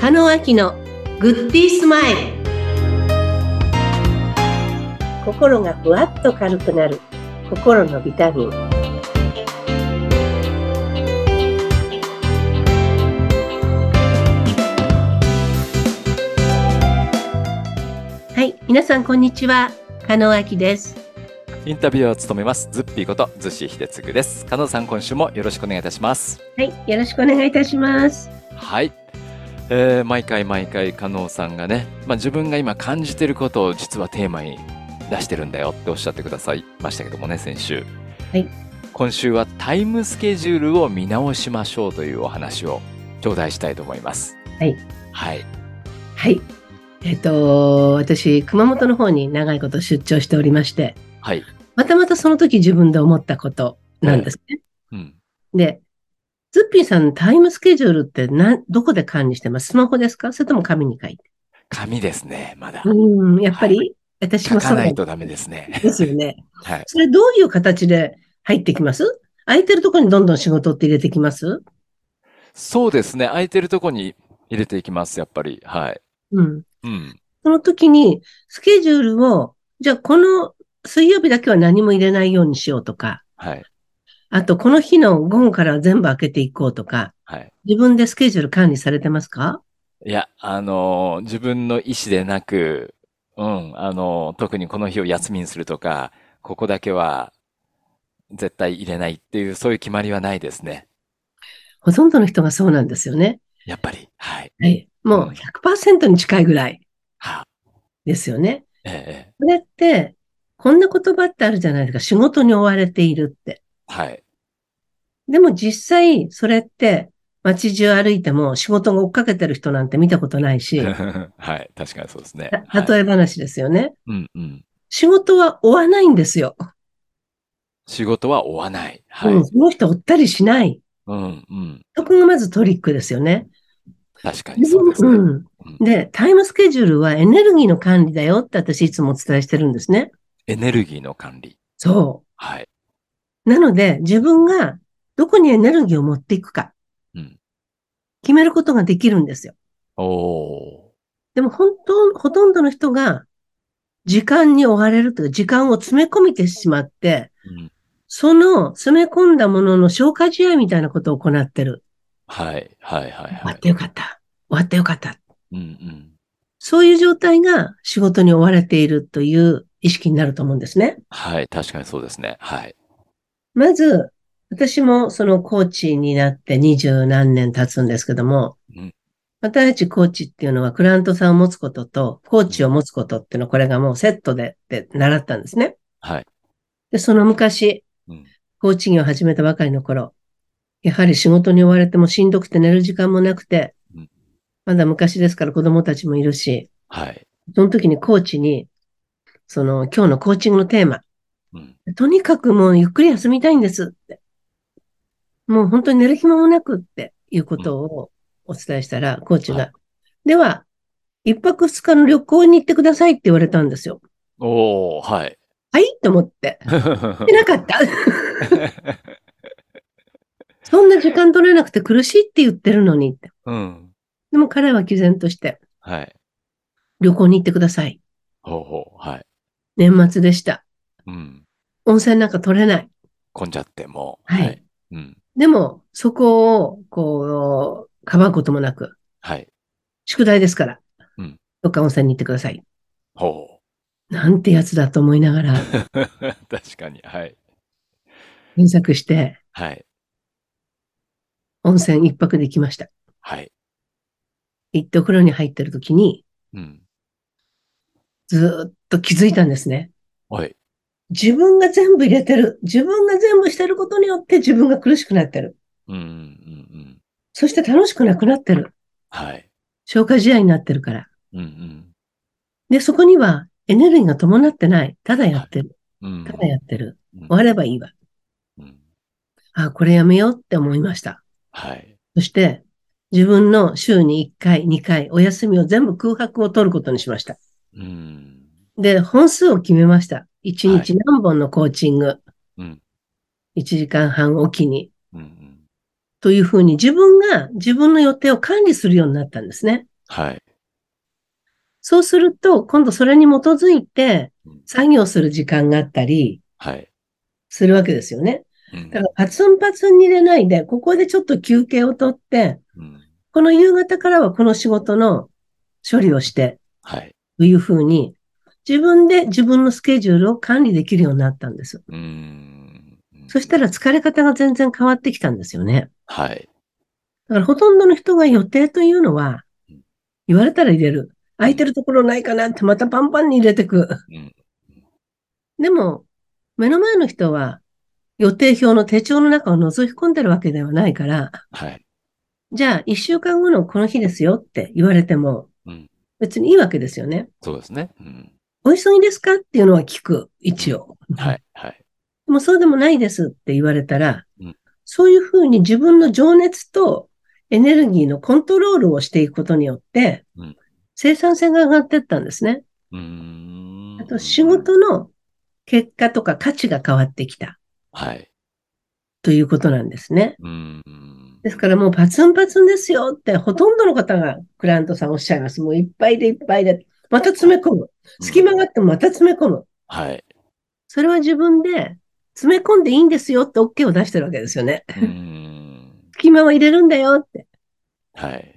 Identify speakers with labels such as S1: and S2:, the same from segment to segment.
S1: 中野明のグッディースマイル心がふわっと軽くなる心のビタミンはい皆さんこんにちは加納明です
S2: インタビューを務めます、ズッピーこと、ズシヒデツグです。加納さん、今週もよろしくお願いいたします。
S1: はいよろしくお願いいたします
S2: はい。えー毎回毎回、加納さんがね、まあ、自分が今感じてることを実はテーマに出してるんだよっておっしゃってくださいましたけどもね、先週。
S1: はい。
S2: 今週はタイムスケジュールを見直しましょうというお話を頂戴したいと思います。
S1: はい。
S2: はい。
S1: はいえっと私熊本の方に長いこと出張しておりまして
S2: はい。
S1: またまたその時自分で思ったことなんですね、
S2: うん。
S1: で、ズッピーさんのタイムスケジュールってな、どこで管理してますスマホですかそれとも紙に書いて。
S2: 紙ですね、まだ。
S1: うん、やっぱり、私
S2: 書
S1: もそ
S2: か
S1: う
S2: な
S1: ないん
S2: とダメですね。
S1: ですよね。
S2: はい。
S1: それどういう形で入ってきます空いてるところにどんどん仕事って入れてきます
S2: そうですね、空いてるとこに入れていきます、やっぱり。はい。
S1: うん。
S2: うん。
S1: その時に、スケジュールを、じゃあこの水曜日だけは何も入れないようにしようとか、
S2: はい。
S1: あとこの日の午後からは全部開けていこうとか、
S2: はい。
S1: 自分でスケジュール管理されてますか
S2: いや、あのー自分の意思でなく、うん、あのー特にこの日を休みにするとか、ここだけは絶対入れないっていう、そういう決まりはないですね。
S1: ほとんどの人がそうなんですよね。
S2: やっぱり。はい。
S1: はい。もう100%に近いぐらい
S2: は、
S1: ですよね。
S2: ええ、
S1: これって、こんな言葉ってあるじゃないですか。仕事に追われているって。
S2: はい。
S1: でも実際、それって、街中歩いても仕事が追っかけてる人なんて見たことないし、
S2: はい。確かにそうですね。
S1: た
S2: はい。
S1: 例え話ですよね。
S2: うんうん。
S1: 仕事は追わないんですよ。
S2: 仕事は追わない。はい。
S1: うん、その人追ったりしない。
S2: うんうん。
S1: そこがまずトリックですよね。
S2: 確かにそうですね。
S1: うんで、タイムスケジュールはエネルギーの管理だよって私いつもお伝えしてるんですね。
S2: エネルギーの管理。
S1: そう。
S2: はい。
S1: なので、自分がどこにエネルギーを持っていくか
S2: うん、
S1: 決めることができるんですよ。
S2: おー。
S1: でも、本当、ほとんどの人が、時間に追われるというか、時間を詰め込みてしまって、
S2: うん
S1: その詰め込んだものの消化試合みたいなことを行ってる。
S2: はい、はい、はい、
S1: 終わ
S2: は
S1: っ
S2: い。
S1: てよかった。終わってよかった。
S2: うんうん。
S1: そういう状態が仕事に追われているという意識になると思うんですね。
S2: はい、確かにそうですね。はい。
S1: まず、私もそのコーチになって二十何年経つんですけども、
S2: うん
S1: 私たちコーチっていうのはクライアントさんを持つこととコーチを持つことっていうのこれがもうセットでって習ったんですね。
S2: はい。
S1: で、その昔、
S2: うん
S1: コーチ業を始めたばかりの頃、やはり仕事に追われてもしんどくて寝る時間もなくて
S2: うん、
S1: まだ昔ですから子供たちもいるし、
S2: はい。
S1: その時にコーチに、その今日のコーチングのテーマ、
S2: うん。
S1: とにかくもうゆっくり休みたいんですって。もう本当に寝る暇もなくっていうことをお伝えしたら、コーチ
S2: は
S1: が。では、一泊二日の旅行に行ってくださいって言われたんですよ。
S2: おー、はい。
S1: はいと思って。行ってなかった そんな時間取れなくて苦しいって言ってるのにって。
S2: うん。
S1: でも彼は毅然として、
S2: はい。
S1: 旅行に行ってください。
S2: ほうほう、はい。
S1: 年末でした。
S2: うん。
S1: 温泉なんか取れない。
S2: 混んじゃってもう。
S1: はい。
S2: うん。
S1: でも、そこを、こう、かばうこともなく、
S2: はい。
S1: 宿題ですから、
S2: うん
S1: どっか温泉に行ってください。
S2: ほ
S1: なんてやつだと思いながら
S2: う。 確かに。はい。
S1: 検索して、
S2: はい。
S1: 温泉一泊できました。
S2: はい。
S1: 行ってお風呂に入ってる時に、
S2: うん。
S1: ずーっと気づいたんですね。
S2: おい。
S1: 自分が全部入れてる。自分が全部してることによって自分が苦しくなってる。
S2: うん、うん、うん。
S1: そして楽しくなくなってる。
S2: はい。
S1: 消化試合になってるから。
S2: うん、
S1: で、そこにはエネルギーが伴ってない。ただやってる。
S2: うん。うん
S1: た。だやってる。
S2: うん
S1: 終わればいいわ。
S2: うん
S1: あ、これやめようって思いました。
S2: はい。
S1: そして、自分の週に1回、2回、お休みを全部空白を取ることにしました。
S2: うん。
S1: で、本数を決めました。1日
S2: は
S1: 何本のコーチング、
S2: うん。
S1: 1時間半おきに、
S2: うん、うん。
S1: というふうに自分が自分の予定を管理するようになったんですね。
S2: はい。
S1: そうすると、今度それに基づいて
S2: うん
S1: 作業する時間があったり
S2: はい。
S1: するわけですよね。
S2: うん
S1: だからパツンパツンに入れないで、ここでちょっと休憩をとって、
S2: うん
S1: この夕方からはこの仕事の処理をして、
S2: はい。
S1: というふうに、自分で自分のスケジュールを管理できるようになったんです。
S2: うん。
S1: そしたら疲れ方が全然変わってきたんですよね。
S2: はい。
S1: だからほとんどの人が予定というのは
S2: うん、
S1: 言われたら入れる。空いてるところないかなってまたパンパンに入れてく。
S2: うん
S1: でも、目の前の人は予定表の手帳の中を覗き込んでるわけではないから、
S2: はい。
S1: じゃあ一週間後のこの日ですよって言われても
S2: うん、
S1: 別にいいわけですよね。
S2: そうですね。うん。
S1: お急ぎですかっていうのは聞く、一応。
S2: はい。はい。
S1: でもそうでもないですって言われたら、
S2: うん
S1: そういうふうに自分の情熱とエネルギーのコントロールをしていくことによって、
S2: うん
S1: 生産性が上がっていったんですね。
S2: うーん。
S1: あと仕事の結果とか価値が変わってきた
S2: はい。
S1: ということなんですね。
S2: うん。
S1: ですからもうパツンパツンですよってほとんどの方がクライアントさんおっしゃいます。もういっぱいでいっぱいで。また詰め込む。隙間があってもまた詰め込む。
S2: はい。
S1: それは自分で詰め込んでいいんですよって OK を出してるわけですよね。
S2: うん。
S1: 隙間を入れるんだよって。
S2: はい。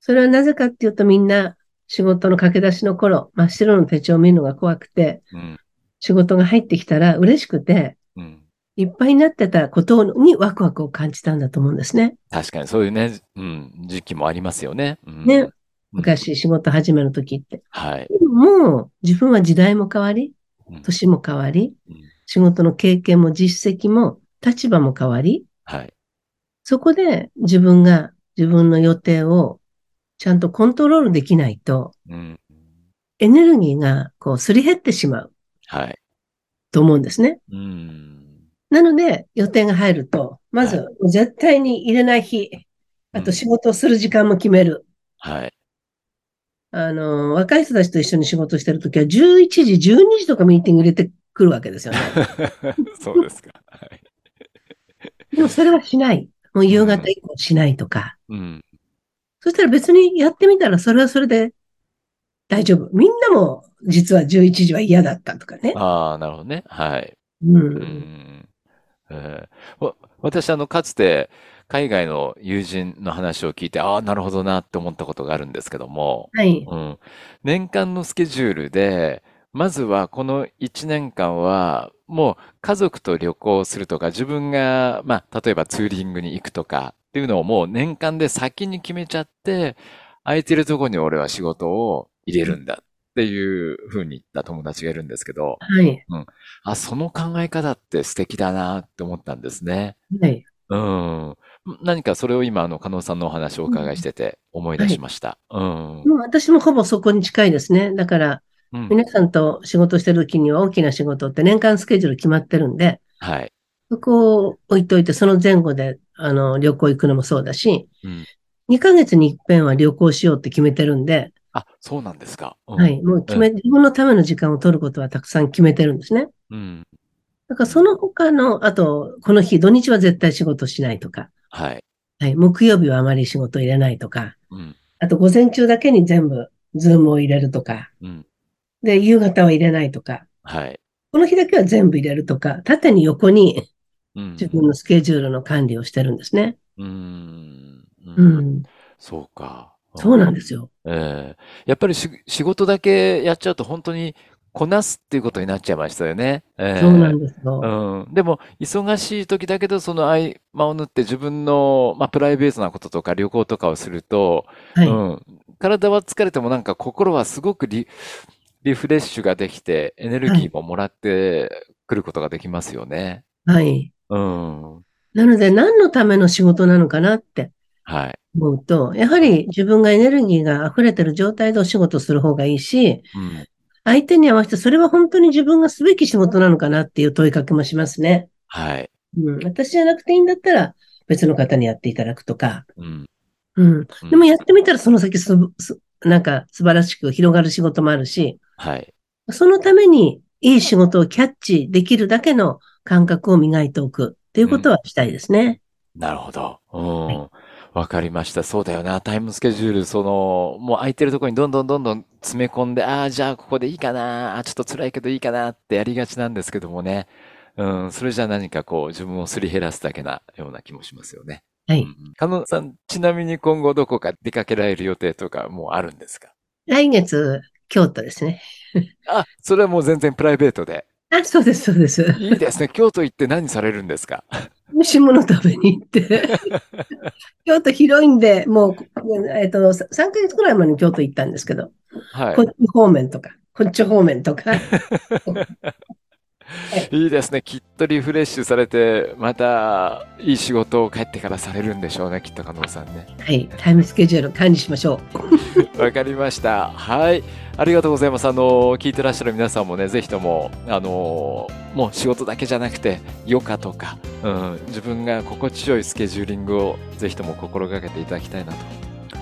S1: それはなぜかっていうとみんな仕事の駆け出しの頃、真っ白の手帳を見るのが怖くて、
S2: うん。
S1: 仕事が入ってきたら嬉しくて、
S2: うん。
S1: いっぱいになってたことにワクワクを感じたんだと思うんですね。
S2: 確かにそういうね、うん、時期もありますよね。うん
S1: ね
S2: うん
S1: 昔仕事始めの時って。
S2: はい。
S1: でももう自分は時代も変わり
S2: うん、
S1: 年も変わり
S2: うん、
S1: 仕事の経験も実績も立場も変わり、
S2: はい。
S1: そこで自分が自分の予定をちゃんとコントロールできないと、
S2: うん。
S1: エネルギーがこうすり減ってしまう
S2: はい。
S1: と思うんですね。
S2: うん。
S1: なので予定が入ると、ま
S2: は
S1: ず絶対に入れない日、あ
S2: う
S1: と
S2: ん
S1: 仕事をする時間も決める。
S2: はい。
S1: あの、若い人たちと一緒に仕事してるときは、11時、12時とかミーティング入れてくるわけ ですよね。
S2: そうですか。はい。
S1: でもそれはしない。もう夕方以降しないとか。
S2: うん。
S1: そしたら別にやってみたら、それはそれで大丈夫。みんなも実は11時は嫌だったとかね。
S2: ああ、なるほどね。はい。
S1: う。
S2: うんん。えーわ私、あの、かつて、海外の友人の話を聞いて、ああ、なるほどなって思ったことがあるんですけども、
S1: はい。
S2: うん。年間のスケジュールで、まずはこの1年間は、もう家族と旅行するとか、自分が、まあ、例えばツーリングに行くとかっていうのをもう年間で先に決めちゃって、空いてるとこに俺は仕事を入れるんだっていうふうに言った友達がいるんですけど、
S1: はい。
S2: あ、その考え方って素敵だなって思ったんですね。
S1: はい。
S2: うん。何かそれを今、あの、加納さんのお話をお伺いしてて思い出しました。うん。
S1: もう私もほぼそこに近いですね。だから、
S2: うん。
S1: 皆さんと仕事してるときには大きな仕事って年間スケジュール決まってるんで、
S2: はい。
S1: そこを置いといて、その前後で、あの、旅行行くのもそうだし、
S2: うん
S1: 2ヶ月に一遍は旅行しようって決めてるんで、
S2: あ、そうなんですか。うん
S1: はい。もう決め、自分のための時間を取ることはたくさん決めてるんですね。
S2: うん。
S1: だからその他の、あと、この日、土日は絶対仕事しないとか、
S2: はい。
S1: はい。木曜日はあまり仕事入れないとか、
S2: うん。
S1: あと午前中だけに全部、ズームを入れるとか、
S2: うん。
S1: で、夕方は入れないとか、
S2: はい。
S1: この日だけは全部入れるとか、縦に横に
S2: うん。
S1: 自分のスケジュールの管理をしてるんですね。
S2: うん。う。
S1: うんん。
S2: そうか。
S1: そうなんですよ。
S2: ええやっぱりし仕事だけやっちゃうと本当にこなすっていうことになっちゃいましたよね。え
S1: そう
S2: え
S1: なんですよ。
S2: うん、でも、忙しい時だけど、その合間を縫って自分の、まあ、プライベートなこととか旅行とかをすると、
S1: はい。
S2: うん、体は疲れてもなんか心はすごくリ、リフレッシュができて、エネルギーももらってくることができますよね。
S1: はい。
S2: うん。
S1: なので、何のための仕事なのかなって
S2: はい。
S1: 思うと、やはり自分がエネルギーが溢れてる状態でお仕事する方がいいし、
S2: うん。
S1: 相手に合わせてそれは本当に自分がすべき仕事なのかなっていう問いかけもしますね。
S2: はい。
S1: うん。私じゃなくていいんだったら、別の方にやっていただくとか。
S2: うん。
S1: うん。
S2: うん
S1: でもやってみたらその先す、すなんか素晴らしく広がる仕事もあるし、
S2: はい。
S1: そのためにいい仕事をキャッチできるだけの感覚を磨いておくっていうことはしたいですね。
S2: なるほど。うん。わかりました。そうだよな。タイムスケジュール、その、もう空いてるところにどんどんどんどん詰め込んで、ああ、じゃあここでいいかな。あーちょっと辛いけどいいかなってやりがちなんですけどもね。うん、それじゃ何かこう、自分をすり減らすだけなような気もしますよね。
S1: はい
S2: うん。カノンさん、ちなみに今後どこか出かけられる予定とかもうあるんですか
S1: 来月、京都ですね。
S2: あ、それはもう全然プライベートで。
S1: あ、そうです、そうです。
S2: いいですね。京都行って何されるんですか
S1: 美味しいもの食べに行って。 京都広いんで、もう、えっと、さ3ヶ月くらい前に京都行ったんですけど、
S2: はい
S1: こ。っち方面とか、こっち方面とか、
S2: いいですね。きっとリフレッシュされて、またいい仕事を帰ってからされるんでしょうね。きっと加納さんね。
S1: はい、タイムスケジュールを管理しましょう。
S2: わかりました。はい。ありがとうございます。あの、聞いてらっしゃる皆さんもね、ぜひとも、あの、もう仕事だけじゃなくて、余暇とか、うん、自分が心地よいスケジューリングを、ぜひとも心がけていただきたいなと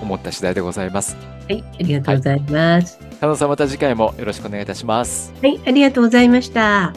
S2: 思った次第でございます。
S1: はい、ありがとうございます。
S2: 加納さん、また次回もよろしくお願いいたします。
S1: はい、ありがとうございました。